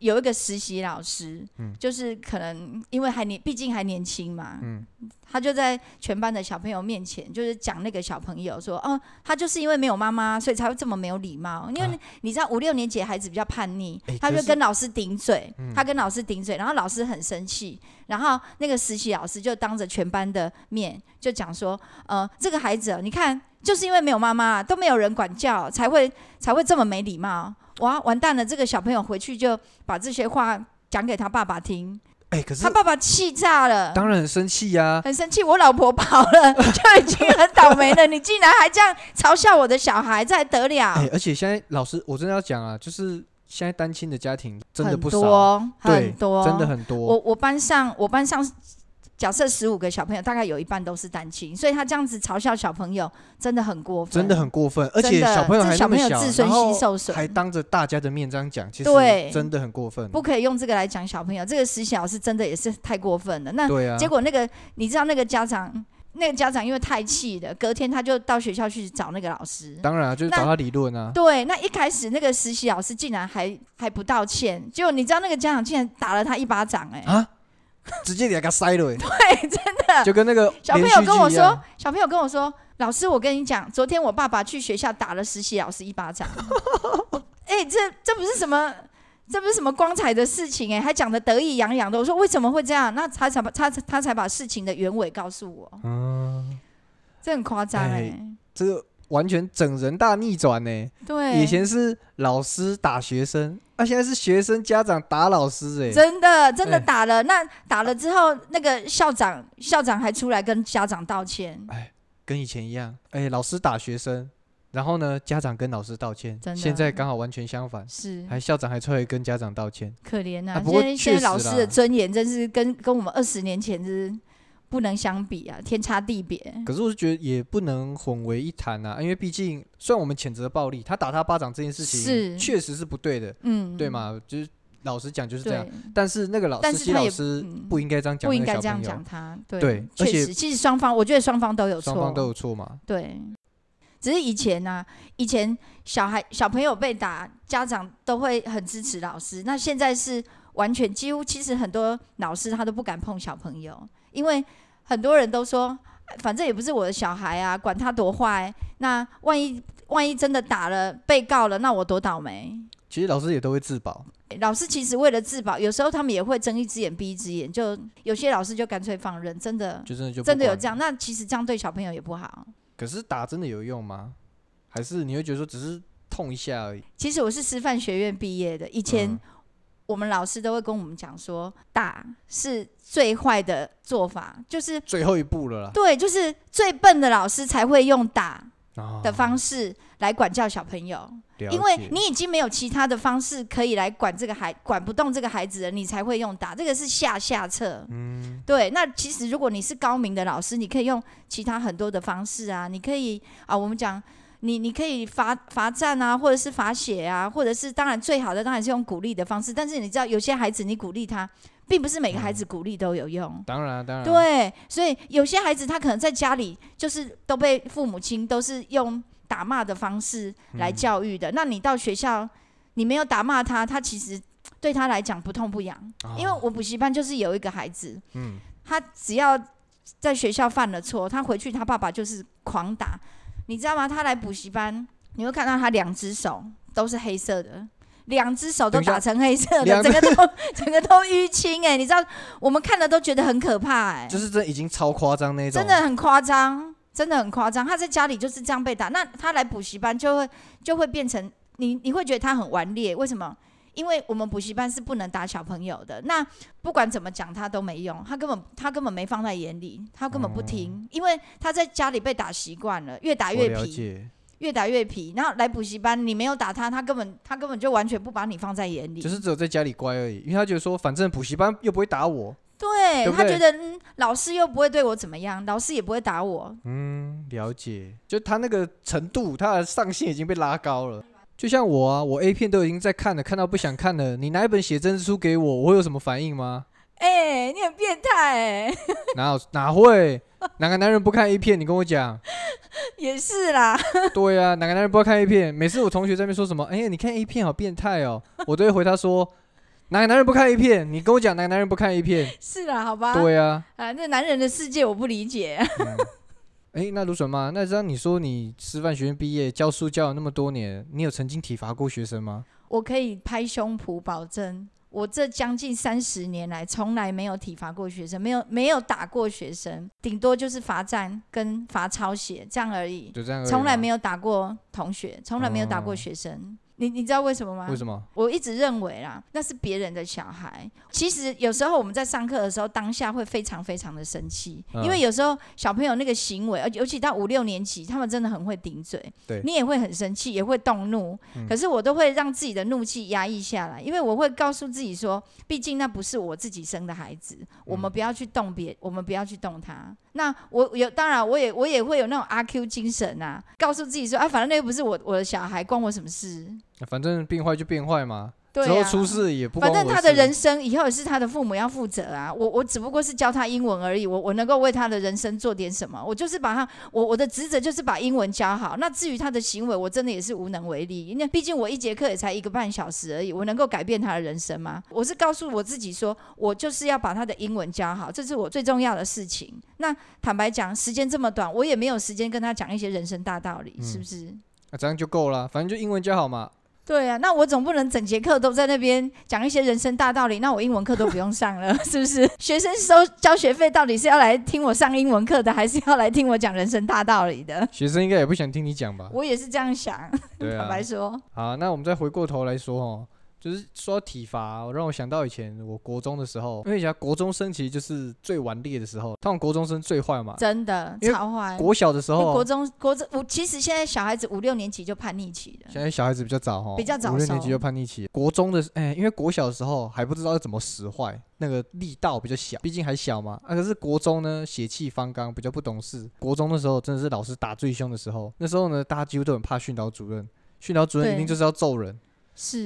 Speaker 1: 有一个实习老师，
Speaker 2: 嗯
Speaker 1: 就是可能因为还年毕竟还年轻嘛，
Speaker 2: 嗯
Speaker 1: 他就在全班的小朋友面前，就是讲那个小朋友说，哦，他就是因为没有妈妈，所以才会这么没有礼貌。因为
Speaker 2: 啊
Speaker 1: 你你知道五六年级的孩子比较叛逆，
Speaker 2: 哎
Speaker 1: 他
Speaker 2: 可
Speaker 1: 就是跟老师顶嘴，
Speaker 2: 嗯
Speaker 1: 他跟老师顶嘴，然后老师很生气，然后那个实习老师就当着全班的面就讲说，呃，这个孩子哦，你看就是因为没有妈妈，都没有人管教，才会才会这么没礼貌。哇，完蛋了！这个小朋友回去就把这些话讲给他爸爸听，
Speaker 2: 哎、可是
Speaker 1: 他爸爸气炸了。
Speaker 2: 当然很生气啊呀、
Speaker 1: 很生气，我老婆跑 了，就已经很倒霉了。你竟然还这样嘲笑我的小孩，这还得了？
Speaker 2: 哎、而且现在老师，我真的要讲啊，就是现在单亲的家庭真的
Speaker 1: 很
Speaker 2: 不
Speaker 1: 多，
Speaker 2: 少，对
Speaker 1: 很多，
Speaker 2: 真的很多。
Speaker 1: 我我班上，我班上假设十五个小朋友，大概有一半都是单亲，所以他这样子嘲笑小朋友，真的很过分，
Speaker 2: 真的很过分，而
Speaker 1: 真
Speaker 2: 且
Speaker 1: 的
Speaker 2: 小朋友
Speaker 1: 这
Speaker 2: 还
Speaker 1: 小
Speaker 2: 那么
Speaker 1: 朋友
Speaker 2: 小，
Speaker 1: 自尊
Speaker 2: 然
Speaker 1: 心
Speaker 2: 后
Speaker 1: 受损
Speaker 2: 还当着大家的面这样讲，其实
Speaker 1: 对
Speaker 2: 真的很过分。
Speaker 1: 不可以用这个来讲小朋友。这个实习老师真的也是太过分了。那
Speaker 2: 对啊，
Speaker 1: 结果那个，你知道那个家长，那个家长因为太气了，隔天他就到学校去找那个老师。
Speaker 2: 当然啊，就是
Speaker 1: 那
Speaker 2: 找他理 论啊。
Speaker 1: 对，那一开始那个实习老师竟然还还不道歉，结果你知道那个家长竟然打了他一巴掌、哎、
Speaker 2: 啊，直接给他塞了、欸，
Speaker 1: 对，真的。
Speaker 2: 就跟那个
Speaker 1: 小朋
Speaker 2: 连续
Speaker 1: 友跟我
Speaker 2: 剧一样
Speaker 1: 说，小朋友跟我说，老师，我跟你讲，昨天我爸爸去学校打了实习老师一巴掌。 哎、这这不是什么，这不是什么光彩的事情哎、还讲的得意洋洋的。我说为什么会这样？那他才把他他才把事情的原委告诉我，
Speaker 2: 嗯，
Speaker 1: 这很夸张
Speaker 2: 哎
Speaker 1: 哎。
Speaker 2: 这个完全整人大逆转呢、
Speaker 1: 对，
Speaker 2: 以前是老师打学生，啊，现在是学生家长打老师、欸，哎，
Speaker 1: 真的真的
Speaker 2: 哎
Speaker 1: 打了，那打了之后，那个校长校长还出来跟家长道歉，
Speaker 2: 跟以前一样，哎、老师打学生，然后呢，家长跟老师道歉
Speaker 1: 真，的
Speaker 2: 现在刚好完全相反，
Speaker 1: 是
Speaker 2: 还校长还出来跟家长道歉，
Speaker 1: 可怜呐、
Speaker 2: 啊不
Speaker 1: 现
Speaker 2: 过
Speaker 1: 在
Speaker 2: 确
Speaker 1: 现在
Speaker 2: 实
Speaker 1: 老师
Speaker 2: 啦
Speaker 1: 的尊严真是跟跟我们二十年前是不能相比啊，天差地别。
Speaker 2: 可是我是觉得也不能混为一谈啊，因为毕竟虽然我们谴责暴力，他打他巴掌这件事
Speaker 1: 是
Speaker 2: 情确实是不对的，
Speaker 1: 嗯，
Speaker 2: 对？嘛，就是老实讲就是这样
Speaker 1: 对，，
Speaker 2: 但是那个老
Speaker 1: 但
Speaker 2: 师
Speaker 1: 是
Speaker 2: 西
Speaker 1: 他
Speaker 2: 老
Speaker 1: 也
Speaker 2: 师
Speaker 1: 嗯
Speaker 2: 不应该这样讲
Speaker 1: 不
Speaker 2: 那
Speaker 1: 应
Speaker 2: 个
Speaker 1: 该
Speaker 2: 小
Speaker 1: 这样
Speaker 2: 朋友
Speaker 1: 讲，他。对，
Speaker 2: 对而
Speaker 1: 确
Speaker 2: 且
Speaker 1: 实，其实双方我觉得双方都有错，
Speaker 2: 双方都有错嘛，
Speaker 1: 对。只是以前呢、以前小孩小朋友被打，家长都会很支持老师。那现在是完全几乎，其实很多老师他都不敢碰小朋友，因为很多人都说，哎反正也不是我的小孩啊，管他多坏。那万一万一真的打了被告了，那我多倒霉。
Speaker 2: 其实老师也都会自保，
Speaker 1: 老师其实为了自保，有时候他们也会睁一只眼闭一只眼，就有些老师就干脆放任，真的
Speaker 2: 就真的就不
Speaker 1: 真的有
Speaker 2: 管
Speaker 1: 这样。那其实这样对小朋友也不好。
Speaker 2: 可是打真的有用吗？还是你会觉得说只是痛一下而已？
Speaker 1: 其实我是师范学院毕业的，以前
Speaker 2: 嗯
Speaker 1: 我们老师都会跟我们讲说，打是最坏的做法，就是
Speaker 2: 最后一步了啦。
Speaker 1: 对，就是最笨的老师才会用打，
Speaker 2: 啊
Speaker 1: 的方式来管教小朋友，
Speaker 2: 了
Speaker 1: 因为
Speaker 2: 解
Speaker 1: 你已经没有其他的方式可以来管这个孩，管不动这个孩子了，你才会用打，这个是下下策。
Speaker 2: 嗯
Speaker 1: 对，那其实如果你是高明的老师，你可以用其他很多的方式啊，你可以啊，我们讲你你可以罚罚站啊，或者是罚写啊，或者是当然最好的当然是用鼓励的方式，但是你知道有些孩子你鼓励他，并不是每个
Speaker 2: 嗯
Speaker 1: 孩子鼓励都有用。
Speaker 2: 当然啊当然啊
Speaker 1: 对，所以有些孩子他可能在家里就是都被父母亲都是用打骂的方式
Speaker 2: 嗯
Speaker 1: 来教育的，那你到学校你没有打骂他，他其实对他来讲不痛不痒。
Speaker 2: 啊
Speaker 1: 因为我补习班就是有一个孩子，
Speaker 2: 嗯
Speaker 1: 他只要在学校犯了错，他回去他爸爸就是狂打，你知道吗？他来补习班，你会看到他两只手都是黑色的。两只手都
Speaker 2: 等一下
Speaker 1: 打成黑色的，
Speaker 2: 两
Speaker 1: 整个都 整个都淤青哎、你知道我们看了都觉得很可怕哎、
Speaker 2: 就是这已经超夸张那种
Speaker 1: 真的很夸张，真的很夸张。他在家里就是这样被打，那他来补习班就会就会变成你你会觉得他很顽劣，为什么？因为我们补习班是不能打小朋友的，那不管怎么讲他都没用，他根本他根本没放在眼里，他根本不听，因为他在家里被打习惯了，越打
Speaker 2: 嗯我
Speaker 1: 越
Speaker 2: 了
Speaker 1: 皮，
Speaker 2: 解，
Speaker 1: 越打越皮。然后来补习班，你没有打他，他根本他根本就完全不把你放在眼里，
Speaker 2: 就是只有在家里乖而已，因为他觉得说反正补习班又不会打我，
Speaker 1: 对
Speaker 2: 对不
Speaker 1: 他
Speaker 2: 对
Speaker 1: 觉得、嗯、老师又不会对我怎么样，老师也不会打我，
Speaker 2: 嗯，了解，就他那个程度，他的上限已经被拉高了。就像我啊，我 A 片都已经在看了，看到不想看了。你拿一本写真书给我，我会有什么反应吗？
Speaker 1: 哎、你很变态哎、
Speaker 2: 哪有哪会？哪个男人不看 A 片？你跟我讲。
Speaker 1: 也是啦，
Speaker 2: 对啊，哪个男人不要看 A 片？每次我同学在那边说什么，哎、呀，你看 A 片好变态哦，我都会回他说，哪个男人不看 A 片？你跟我讲哪个男人不看 A 片？
Speaker 1: 是啦，好吧。
Speaker 2: 对啊，
Speaker 1: 啊，那男人的世界我不理解。
Speaker 2: 嗯哎、那芦笋妈，那让你说你师范学院毕业，教书教了那么多年，你有曾经体罚过学生吗？
Speaker 1: 我可以拍胸脯保证，我这将近三十年来从来没有体罚过学生，没有没有打过学生，顶多就是罚站跟罚抄写这样而已，
Speaker 2: 就这样而已吗，
Speaker 1: 从来没有打过同学，从来没有打过
Speaker 2: 啊哦
Speaker 1: 学生。你你知道为什么吗？
Speaker 2: 为什么？
Speaker 1: 我一直认为啦，那是别人的小孩。其实有时候我们在上课的时候，当下会非常非常的生气，
Speaker 2: 嗯
Speaker 1: 因为有时候小朋友那个行为，而尤其到五六年级，他们真的很会顶嘴
Speaker 2: 对，嗯
Speaker 1: 你也会很生气，也会动怒。可是我都会让自己的怒气压抑下来，因为我会告诉自己说，毕竟那不是我自己生的孩子，
Speaker 2: 嗯
Speaker 1: 我们不要去动别，我们不要去动他。那我有，当然我也我也会有那种阿 Q 精神啊，告诉自己说，啊，反正那又不是我我的小孩，关我什么事？
Speaker 2: 反正变坏就变坏嘛，
Speaker 1: 对、啊，
Speaker 2: 之后出事也不关
Speaker 1: 反
Speaker 2: 我
Speaker 1: 正他
Speaker 2: 事
Speaker 1: 的人生以后也是他的父母要负责啊，我我只不过是教他英文而已，我我能够为他的人生做点什么，我就是把他我我的职责就是把英文教好。那至于他的行为，我真的也是无能为力，因为毕竟我一节课也才一个半小时而已，我能够改变他的人生吗？我是告诉我自己说，我就是要把他的英文教好，这是我最重要的事情。那坦白讲，时间这么短，我也没有时间跟他讲一些人生大道理，
Speaker 2: 嗯
Speaker 1: 是不是？
Speaker 2: 啊这样就够了，反正就英文教好嘛。
Speaker 1: 对啊，那我总不能整节课都在那边讲一些人生大道理，那我英文课都不用上了， 是不是？学生收交学费到底是要来听我上英文课的，还是要来听我讲人生大道理的？
Speaker 2: 学生应该也不想听你讲吧？
Speaker 1: 我也是这样想，
Speaker 2: 对
Speaker 1: 坦
Speaker 2: 啊
Speaker 1: 白。说，
Speaker 2: 好，那我们再回过头来说哦，就是说到体罚，让我想到以前我国中的时候，因为以前国中生其实就是最顽劣的时候，他们国中生最坏嘛。
Speaker 1: 真的
Speaker 2: 因为
Speaker 1: 超坏。
Speaker 2: 国小的时
Speaker 1: 因为
Speaker 2: 候，
Speaker 1: 国中国中，我其实现在小孩子五六年级就叛逆期了，
Speaker 2: 现在小孩子比较早哈，
Speaker 1: 比较早
Speaker 2: 五六年
Speaker 1: 熟
Speaker 2: 级就叛逆期。国中的时，哎、因为国小的时候还不知道要怎么使坏，那个力道比较小，毕竟还小嘛。啊，可是国中呢，血气方刚，比较不懂事。国中的时候真的是老师打最凶的时候，那时候呢，大家几乎都很怕训导主任，训导主任
Speaker 1: 对嗯
Speaker 2: 一定就是要揍人。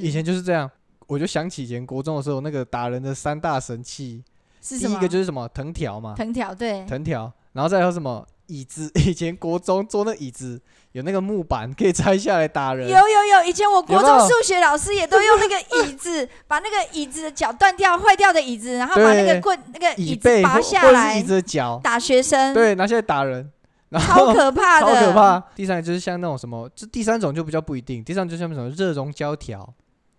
Speaker 2: 以
Speaker 1: 是
Speaker 2: 前就是这样，我就想起以前国中的时候那个打人的三大神器，
Speaker 1: 是
Speaker 2: 第
Speaker 1: 什么？
Speaker 2: 一个就是什么藤条嘛，
Speaker 1: 藤条，对，
Speaker 2: 藤条，然后再有什么椅子。以前国中坐那椅子有那个木板可以拆下来打人
Speaker 1: 有。有有，以前我国中
Speaker 2: 有没有
Speaker 1: 数学老师也都用那个椅子，把那个椅子的脚断掉、坏掉的椅子，然后把那个
Speaker 2: 对
Speaker 1: 棍、那个
Speaker 2: 椅
Speaker 1: 椅
Speaker 2: 背
Speaker 1: 子
Speaker 2: 或
Speaker 1: 拔
Speaker 2: 或
Speaker 1: 下
Speaker 2: 者是
Speaker 1: 来
Speaker 2: 椅子的脚，
Speaker 1: 打学生，
Speaker 2: 对，拿下来打人，然
Speaker 1: 超
Speaker 2: 后
Speaker 1: 可怕
Speaker 2: 超
Speaker 1: 的，
Speaker 2: 可怕。第三个就是像那种什么，这第三种就比较不一定，第三种就像什么热熔胶条，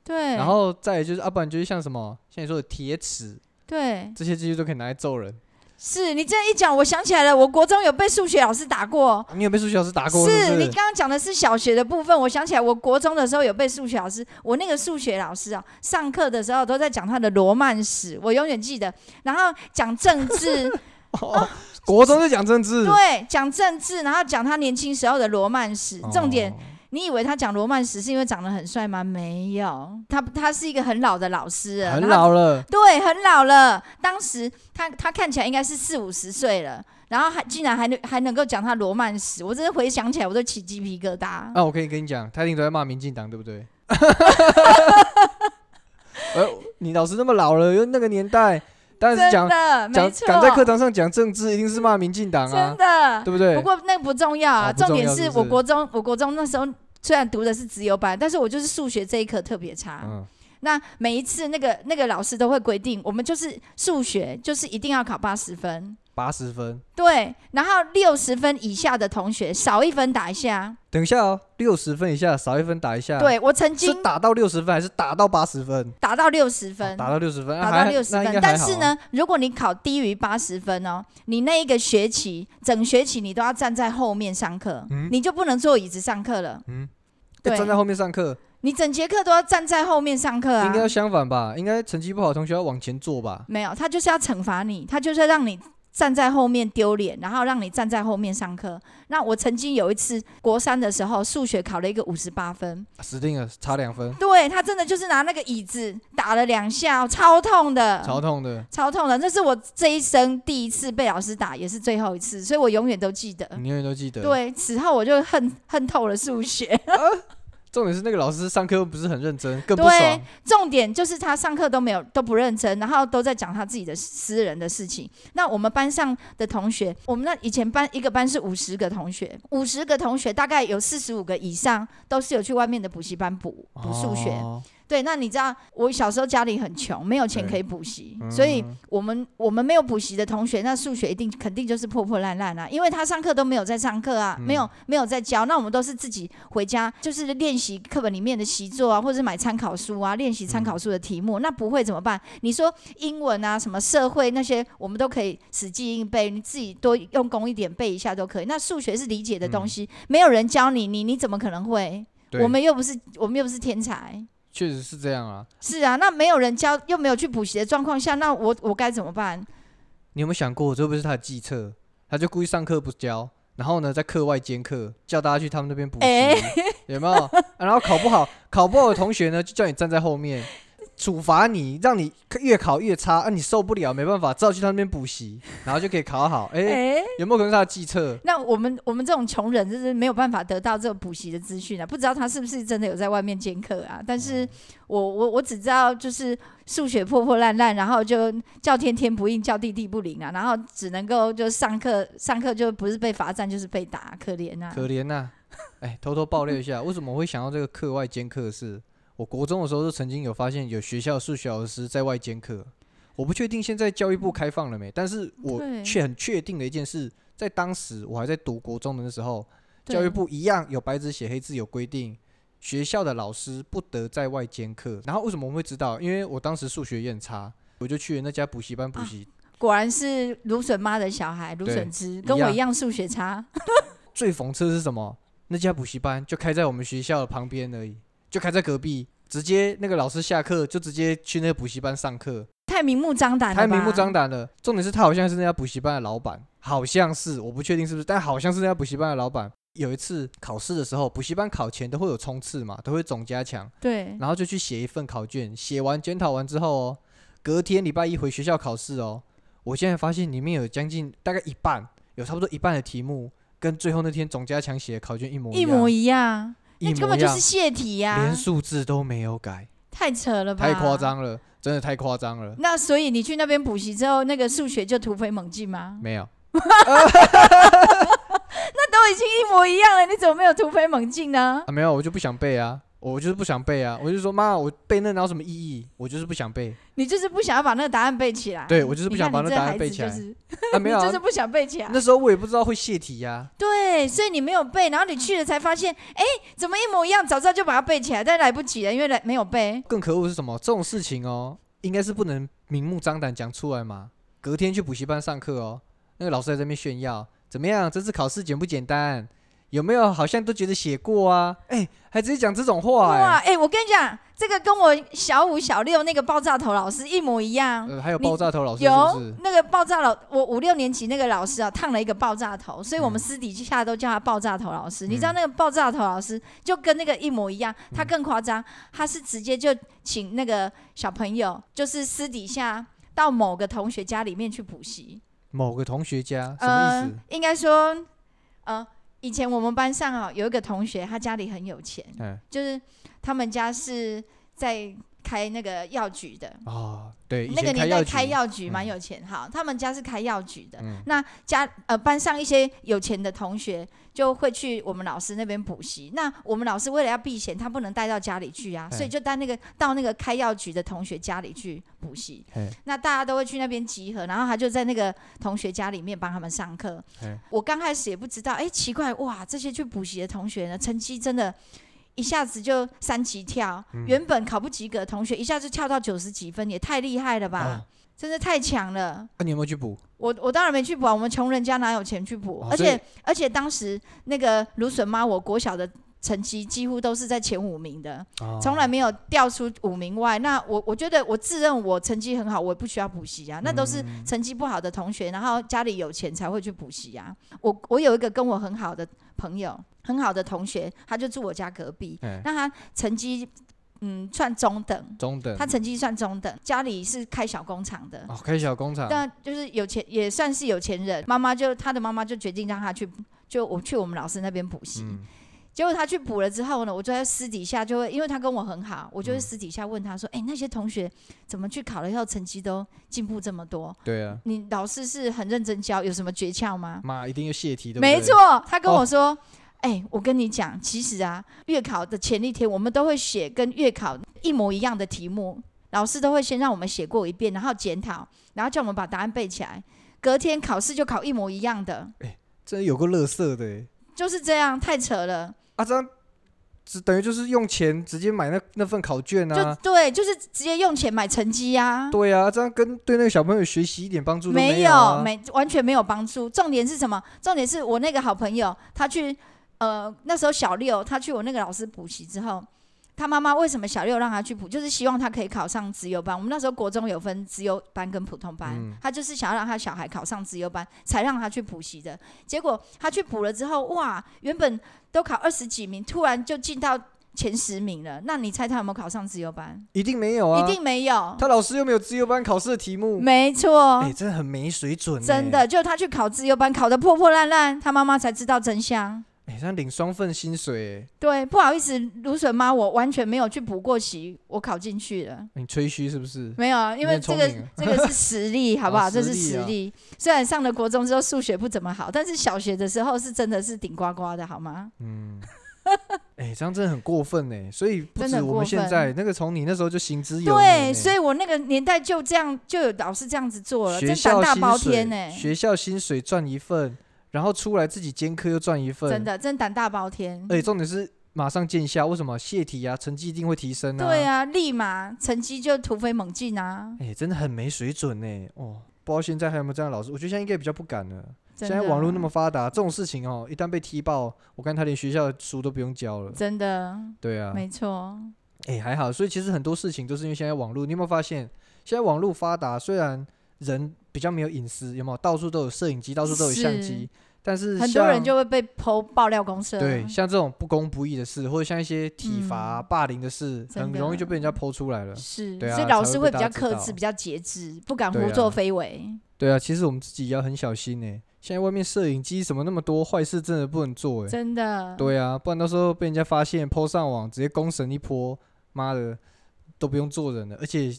Speaker 1: 对，
Speaker 2: 然后再来就是啊，不然就是像什么，像你说的铁尺，
Speaker 1: 对，
Speaker 2: 这些技术都可以拿来揍人。
Speaker 1: 是你这样一讲，我想起来了，我国中有被数学老师打过。
Speaker 2: 啊你有被数学老师打过是不
Speaker 1: 你
Speaker 2: 是？
Speaker 1: 刚刚讲的是小学的部分，我想起来，我国中的时候有被数学老师，我那个数学老师啊，上课的时候 都在讲他的罗曼史，我永远记得，然后讲政治，
Speaker 2: 哦，国中就讲政治，
Speaker 1: 对，讲政治，然后讲他年轻时候的罗曼史。
Speaker 2: 哦，
Speaker 1: 重点，你以为他讲罗曼史是因为长得很帅吗？没有，他他是一个很老的老师了，
Speaker 2: 很
Speaker 1: 然后嗯
Speaker 2: 老了，
Speaker 1: 对，很老了。当时他他看起来应该是四五十岁了，然后还竟然还能还能够讲他罗曼史，我真的回想起来我都起鸡皮疙瘩。
Speaker 2: 啊，我可以跟你讲，他一定都在骂民进党，对不对？ 呃，你老师那么老了，又那个年代，当然是
Speaker 1: 真
Speaker 2: 讲
Speaker 1: 的，没
Speaker 2: 讲
Speaker 1: 错，
Speaker 2: 敢在课堂上讲政治，一定是骂民进党啊
Speaker 1: 真，的。
Speaker 2: 对不对
Speaker 1: 不？过那个不重要啊，
Speaker 2: 哦不重
Speaker 1: 重点
Speaker 2: 要是
Speaker 1: 是
Speaker 2: 不是
Speaker 1: 我国中，我国中那时候虽然读的是自由班，但是我就是数学这一科特别差。
Speaker 2: 嗯，
Speaker 1: 那每一次那个那个老师都会规定，我们就是数学就是一定要考八十分，
Speaker 2: 八十分。
Speaker 1: 对，然后六十分以下的同学少一分打一下。
Speaker 2: 等一下哦，六十分以下少一分打一下，，
Speaker 1: 对我曾
Speaker 2: 啊是
Speaker 1: 经
Speaker 2: 打到六十分还是打到八十分？
Speaker 1: 打到六十分，
Speaker 2: 打到六十分，啊
Speaker 1: 打
Speaker 2: 还
Speaker 1: 到六十
Speaker 2: 那应
Speaker 1: 分
Speaker 2: 该，
Speaker 1: 但
Speaker 2: 还好
Speaker 1: 是
Speaker 2: 啊，
Speaker 1: 呢，如果你考低于八十分哦，你那一个学期整学期你都要站在后面上课，
Speaker 2: 嗯
Speaker 1: 你就不能坐椅子上课了。
Speaker 2: 嗯，
Speaker 1: 对，
Speaker 2: 站在后面上课
Speaker 1: 你整节课都要站在后面上课啊
Speaker 2: 应该。要相反吧？应该成绩不好的同学要往前坐吧？
Speaker 1: 没有，他就是要惩罚你，他就是要让你站在后面丢脸，然后让你站在后面上课。那我曾经有一次国三的时候，数学考了一个五十八分，
Speaker 2: 啊死定了，差两分，
Speaker 1: 对他真的就是拿那个椅子打了两下，超痛的。
Speaker 2: 超痛的。
Speaker 1: 超痛的，这是我这一生第一次被老师打，也是最后一次，所以我永远都记得。
Speaker 2: 你永远都记得。，
Speaker 1: 嗯对，此后我就恨恨透了数 学。
Speaker 2: 重点是那个老师上课又不是很认真，更不
Speaker 1: 对
Speaker 2: 爽。
Speaker 1: 重点就是他上课都没有都不认真，然后都在讲他自己的私人的事情。那我们班上的同学，我们那以前班一个班是五十个同学，五十个同学大概有四十五个以上都是有去外面的补习班补补数学。
Speaker 2: 哦
Speaker 1: 对，那你知道我小时候家里很穷，没有钱
Speaker 2: 对
Speaker 1: 可以补习，
Speaker 2: 嗯
Speaker 1: 所以我们我们没有补习的同学，那数学一定肯定就是破破烂烂啊，因为他上课都没有在上课啊，没
Speaker 2: 嗯
Speaker 1: 有没有在教，那我们都是自己回家就是练习课本里面的习作啊，或者是买参考书啊，练
Speaker 2: 嗯
Speaker 1: 习参考书的题目。那不会怎么办？你说英文啊，什么社会那些，我们都可以死记硬背，你自己多用功一点背一下都可以。那数学是理解的东西，没有人教你，你你怎么可能会？
Speaker 2: 嗯对，
Speaker 1: 我们又不是我们又不是天才。
Speaker 2: 确实是这样啊。
Speaker 1: 是啊，那没有人教，又没有去补习的状况下，那我我该怎么办？
Speaker 2: 你有没有想过，这会不会是他的计策？他就故意上课不教，然后呢，在课外兼课，叫大家去他们那边补习，
Speaker 1: 哎
Speaker 2: 有没有、啊然后考不好，考不好的同学呢，就叫你站在后面。处罚你，让你越考越差，啊，你受不了，没办法，只好去他那边补习，然后就可以考好。哎、
Speaker 1: 哎、
Speaker 2: 有没有可能是他的计策？
Speaker 1: 那我们我们这种穷人就是没有办法得到这种补习的资讯啊，不知道他是不是真的有在外面兼课啊？但
Speaker 2: 嗯
Speaker 1: 是我我我只知道就是数学破破烂烂，然后就叫天天不应，叫地地不灵啊，然后只能够就上课上课就不是被罚站就是被打，可怜啊！
Speaker 2: 可怜呐、 哎、偷偷爆料一 下，为什么我会想到这个课外兼课是？我国中的时候就曾经有发现有学校数学老师在外兼课，我不确定现在教育部开放了没，但是我
Speaker 1: 嗯对
Speaker 2: 却很确定的一件事，在当时我还在读国中的那时候，
Speaker 1: 对啊
Speaker 2: 教育部一样有白纸写黑字有规定，学校的老师不得在外兼课。然后为什么我们会知道？因为我当时数学也很差，我就去了那家补习班补
Speaker 1: 啊
Speaker 2: 习，
Speaker 1: 果然是芦笋妈的小孩，芦笋汁跟我一样数学差，
Speaker 2: 最讽刺的是什么？那家补习班就开在我们学校的旁边而已，就开在隔壁。直接那个老师下课就直接去那个补习班上课，
Speaker 1: 太明目张胆了吧，
Speaker 2: 太明目张胆了。重点是他好像是那家补习班的老板，好像是我不确定是不是，但好像是那家补习班的老板。有一次考试的时候，补习班考前都会有冲刺嘛，都会总加强，
Speaker 1: 对，
Speaker 2: 然后就去写一份考卷，写完检讨完之后哦，隔天礼拜一回学校考试哦，我现在发现里面有将近大概一半，有差不多一半的题目跟最后那天总加强写的考卷一模
Speaker 1: 一
Speaker 2: 样，
Speaker 1: 模一样。
Speaker 2: 一模
Speaker 1: 那
Speaker 2: 一
Speaker 1: 根本就
Speaker 2: 样
Speaker 1: 是泄题呀、
Speaker 2: 连数字都没有改，
Speaker 1: 太扯了吧！
Speaker 2: 太夸。张了，真的太夸张了，
Speaker 1: 那所以你去那边补习之后，那个数学就突飞猛进吗？
Speaker 2: 没有，
Speaker 1: 那都已经一模一样了，你怎么没有突飞猛进呢？
Speaker 2: 啊，没有，我就不想背啊，我就是不想背啊，我就说妈，我背那哪有什么意义？我就是不想背
Speaker 1: 你就是不想要把那个答案背起来。
Speaker 2: 对我就是不
Speaker 1: 你看
Speaker 2: 想把
Speaker 1: 你
Speaker 2: 那
Speaker 1: 这
Speaker 2: 答案
Speaker 1: 孩子
Speaker 2: 背起来
Speaker 1: 就是
Speaker 2: 啊，没有、
Speaker 1: 你
Speaker 2: 啊
Speaker 1: 就是，不想背起来。
Speaker 2: 那时候我也不知道会泄题啊呀、
Speaker 1: 对，所以你没有背，然后你去了才发现，哎，怎么一模一样？早知道就把它背起来，但来不及了，因为来没有背。
Speaker 2: 更可恶的是什么？这种事情哦，应该是不能明目张胆讲出来嘛。隔天去补习班上课哦，那个老师在这边炫耀，怎么样？这次考试简不简单？有没有好像都觉得写过啊？哎、还直接讲这种话哎、
Speaker 1: 哇，哎，我跟你讲，这个跟我小五、小六那个爆炸头老师一模一样。
Speaker 2: 呃，还有
Speaker 1: 你
Speaker 2: 爆炸头老师是不
Speaker 1: 有
Speaker 2: 是？
Speaker 1: 那个爆炸老，我五六年级那个老师啊，烫了一个爆炸头，所以
Speaker 2: 嗯
Speaker 1: 我们私底下都叫他爆炸头老师。你知道那个爆炸头老师就跟那个一模一样，
Speaker 2: 嗯
Speaker 1: 他更夸张，他是直接就请那个小朋友，就是私底下到某个同学家里面去补习。
Speaker 2: 某个同学家什么意
Speaker 1: 呃
Speaker 2: 思？，
Speaker 1: 应该说，呃，以前我们班上啊有一个同学，他家里很有钱，
Speaker 2: 嗯
Speaker 1: 就是他们家是在开那个药局的，
Speaker 2: 啊，对，以
Speaker 1: 那个
Speaker 2: 前
Speaker 1: 年代
Speaker 2: 局
Speaker 1: 开药局蛮
Speaker 2: 嗯
Speaker 1: 有钱，好，他们家是开药局的。
Speaker 2: 嗯
Speaker 1: 那家呃班上一些有钱的同学就会去我们老师那边补习。那我们老师为了要避嫌，他不能带到家里去啊，
Speaker 2: 嘿
Speaker 1: 所以就带那个到那个开药局的同学家里去补习
Speaker 2: 嘿。
Speaker 1: 那大家都会去那边集合，然后他就在那个同学家里面帮他们上课
Speaker 2: 嘿。
Speaker 1: 我刚开始也不知道，哎、奇怪哇，这些去补习的同学呢，成绩真的。一下子就三级跳，
Speaker 2: 嗯
Speaker 1: 原本考不及格的同学一下就跳到九十几分，也太厉害了吧！
Speaker 2: 啊
Speaker 1: 真的太强了。
Speaker 2: 那啊你有没有去补？
Speaker 1: 我我当然没去补啊，我们穷人家哪有钱去补？
Speaker 2: 哦
Speaker 1: 而
Speaker 2: 所以
Speaker 1: 且而且当时那个芦笋妈，我国小的成绩几乎都是在前五名的，
Speaker 2: 啊
Speaker 1: 从来没有掉出五名外。那我我觉得我自认我成绩很好，我也不需要补习啊，那都是成绩不好的同学，然后家里有钱才会去补习啊。我我有一个跟我很好的朋友，很好的同学，他就住我家隔壁，
Speaker 2: 哎
Speaker 1: 那他成绩嗯算中等，
Speaker 2: 中等
Speaker 1: 他，成绩算中等，家里是开小工厂的，
Speaker 2: 哦，开小工厂，
Speaker 1: 但就是有钱，也算是有钱人。妈妈就他的妈妈就决定让他去，就我去我们老师那边补习。
Speaker 2: 嗯，
Speaker 1: 结果他去补了之后呢，我就在私底下就会，因为他跟我很好，我就会
Speaker 2: 嗯
Speaker 1: 私底下问他说：“哎、那些同学怎么去考了以后成绩都进步这么多？
Speaker 2: 对啊，
Speaker 1: 你老师是很认真教，有什么诀窍吗
Speaker 2: 妈一定要泄题，？”对不哦
Speaker 1: 没
Speaker 2: 对
Speaker 1: 错，，他跟我说。哎、我跟你讲，其实啊，月考的前一天，我们都会写跟月考一模一样的题目，老师都会先让我们写过一遍，然后检讨，然后叫我们把答案背起来。隔天考试就考一模一样的，
Speaker 2: 这有个乐色的欸
Speaker 1: 就是这样，太扯了。
Speaker 2: 啊，这样只等于就是用钱直接买那那份考卷
Speaker 1: 就
Speaker 2: 啊，
Speaker 1: 对，就是直接用钱买成绩呀、
Speaker 2: 对啊，这样跟对那个小朋友学习一点帮助都
Speaker 1: 没
Speaker 2: 有啊，
Speaker 1: 没完全没有帮助。重点是什么？重点是我那个好朋友，他去呃那时候小六，他去我那个老师补习之后，他妈妈为什么小六让他去补？就是希望他可以考上资优班。我们那时候国中有分资优班跟普通班，
Speaker 2: 嗯
Speaker 1: 他就是想要让他小孩考上资优班，才让他去补习的。结果他去补了之后，哇，原本都考二十几名，突然就进到前十名了。那你猜他有没有考上资优班？
Speaker 2: 一定没有啊，
Speaker 1: 一定没有。
Speaker 2: 他老师又没有自由班考试的题目，
Speaker 1: 没错，
Speaker 2: 哎，真的很没水准，哎
Speaker 1: 真的，，就他去考自由班，考得破破烂烂，他妈妈才知道真相。
Speaker 2: 哎，这样领双份薪水欸，
Speaker 1: 对，不好意思，芦笋妈，我完全没有去补过习，我考进去了。
Speaker 2: 你吹嘘是不是？
Speaker 1: 没有，啊，因为
Speaker 2: 你
Speaker 1: 这
Speaker 2: 很
Speaker 1: 个
Speaker 2: 聪明啊
Speaker 1: 这个是实 力，好不好？
Speaker 2: 哦
Speaker 1: 这是
Speaker 2: 实
Speaker 1: 实
Speaker 2: 力啊
Speaker 1: 力。虽然上了国中之后数学不怎么好，但是小学的时候是真的是顶呱呱的，好吗？
Speaker 2: 嗯，哎，这样真的很过分呢，所以不
Speaker 1: 真的
Speaker 2: 止
Speaker 1: 很
Speaker 2: 我
Speaker 1: 过
Speaker 2: 们现
Speaker 1: 分
Speaker 2: 在那个从你那时候就行之有欸哎
Speaker 1: 对，所
Speaker 2: 以
Speaker 1: 以我那个年代就这样，就有老师这样子做了，
Speaker 2: 学
Speaker 1: 真
Speaker 2: 校
Speaker 1: 胆大
Speaker 2: 薪
Speaker 1: 包
Speaker 2: 水
Speaker 1: 天哎欸呢、
Speaker 2: 学校薪水赚一份，然后出来自己兼课又赚一份，
Speaker 1: 真的，真胆大包天。
Speaker 2: 而且哎重点是马上见效，为什么泄题啊？成绩一定会提升啊。
Speaker 1: 对，啊，立马成绩就突飞猛进啊！
Speaker 2: 哎、真的很没水准呢、哦，不知道现在还有没有这样的老师？我觉得现在应该比较不敢了。现
Speaker 1: 真
Speaker 2: 在
Speaker 1: 的啊
Speaker 2: 网络那么发达，这种事情哦，一旦被踢爆，我看他连学校的书都不用教了。
Speaker 1: 真的，
Speaker 2: 对啊，
Speaker 1: 没错。
Speaker 2: 哎、还好。所以其实很多事情都是因为现在网络，你有没有发现？现在网络发达，虽然人比较没有隐私，有没有？到处都有摄影机，到处都有相
Speaker 1: 是
Speaker 2: 机，但是
Speaker 1: 很多人
Speaker 2: 像
Speaker 1: 就会被剖爆料公社。
Speaker 2: 对，像这种不公不义的事，或者像一些体罚啊、
Speaker 1: 嗯
Speaker 2: 霸凌的事，
Speaker 1: 真
Speaker 2: 很
Speaker 1: 的啊
Speaker 2: 容易就被人家剖出来了。
Speaker 1: 是，
Speaker 2: 对啊
Speaker 1: 所以老师会比
Speaker 2: 才
Speaker 1: 较
Speaker 2: 会被大家
Speaker 1: 克
Speaker 2: 知道
Speaker 1: 制，比较节制，不敢
Speaker 2: 对啊
Speaker 1: 胡作非为。
Speaker 2: 对啊，其实我们自己也要很小心呢、现在外面摄影机什么那么多，坏事真的不能做哎、
Speaker 1: 真的，
Speaker 2: 对啊，不然到时候被人家发现，PO 上网，直接公审一波，妈的都不用做人了，而且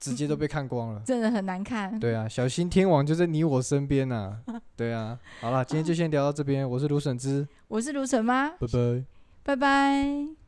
Speaker 2: 直接都被看光了。
Speaker 1: 真的很难看。
Speaker 2: 对啊，小心天王就在你我身边呐、 对啊，好了，今天就先聊到这边，我是卢沈之，
Speaker 1: 我是芦笋妈，
Speaker 2: 拜拜。
Speaker 1: 拜拜。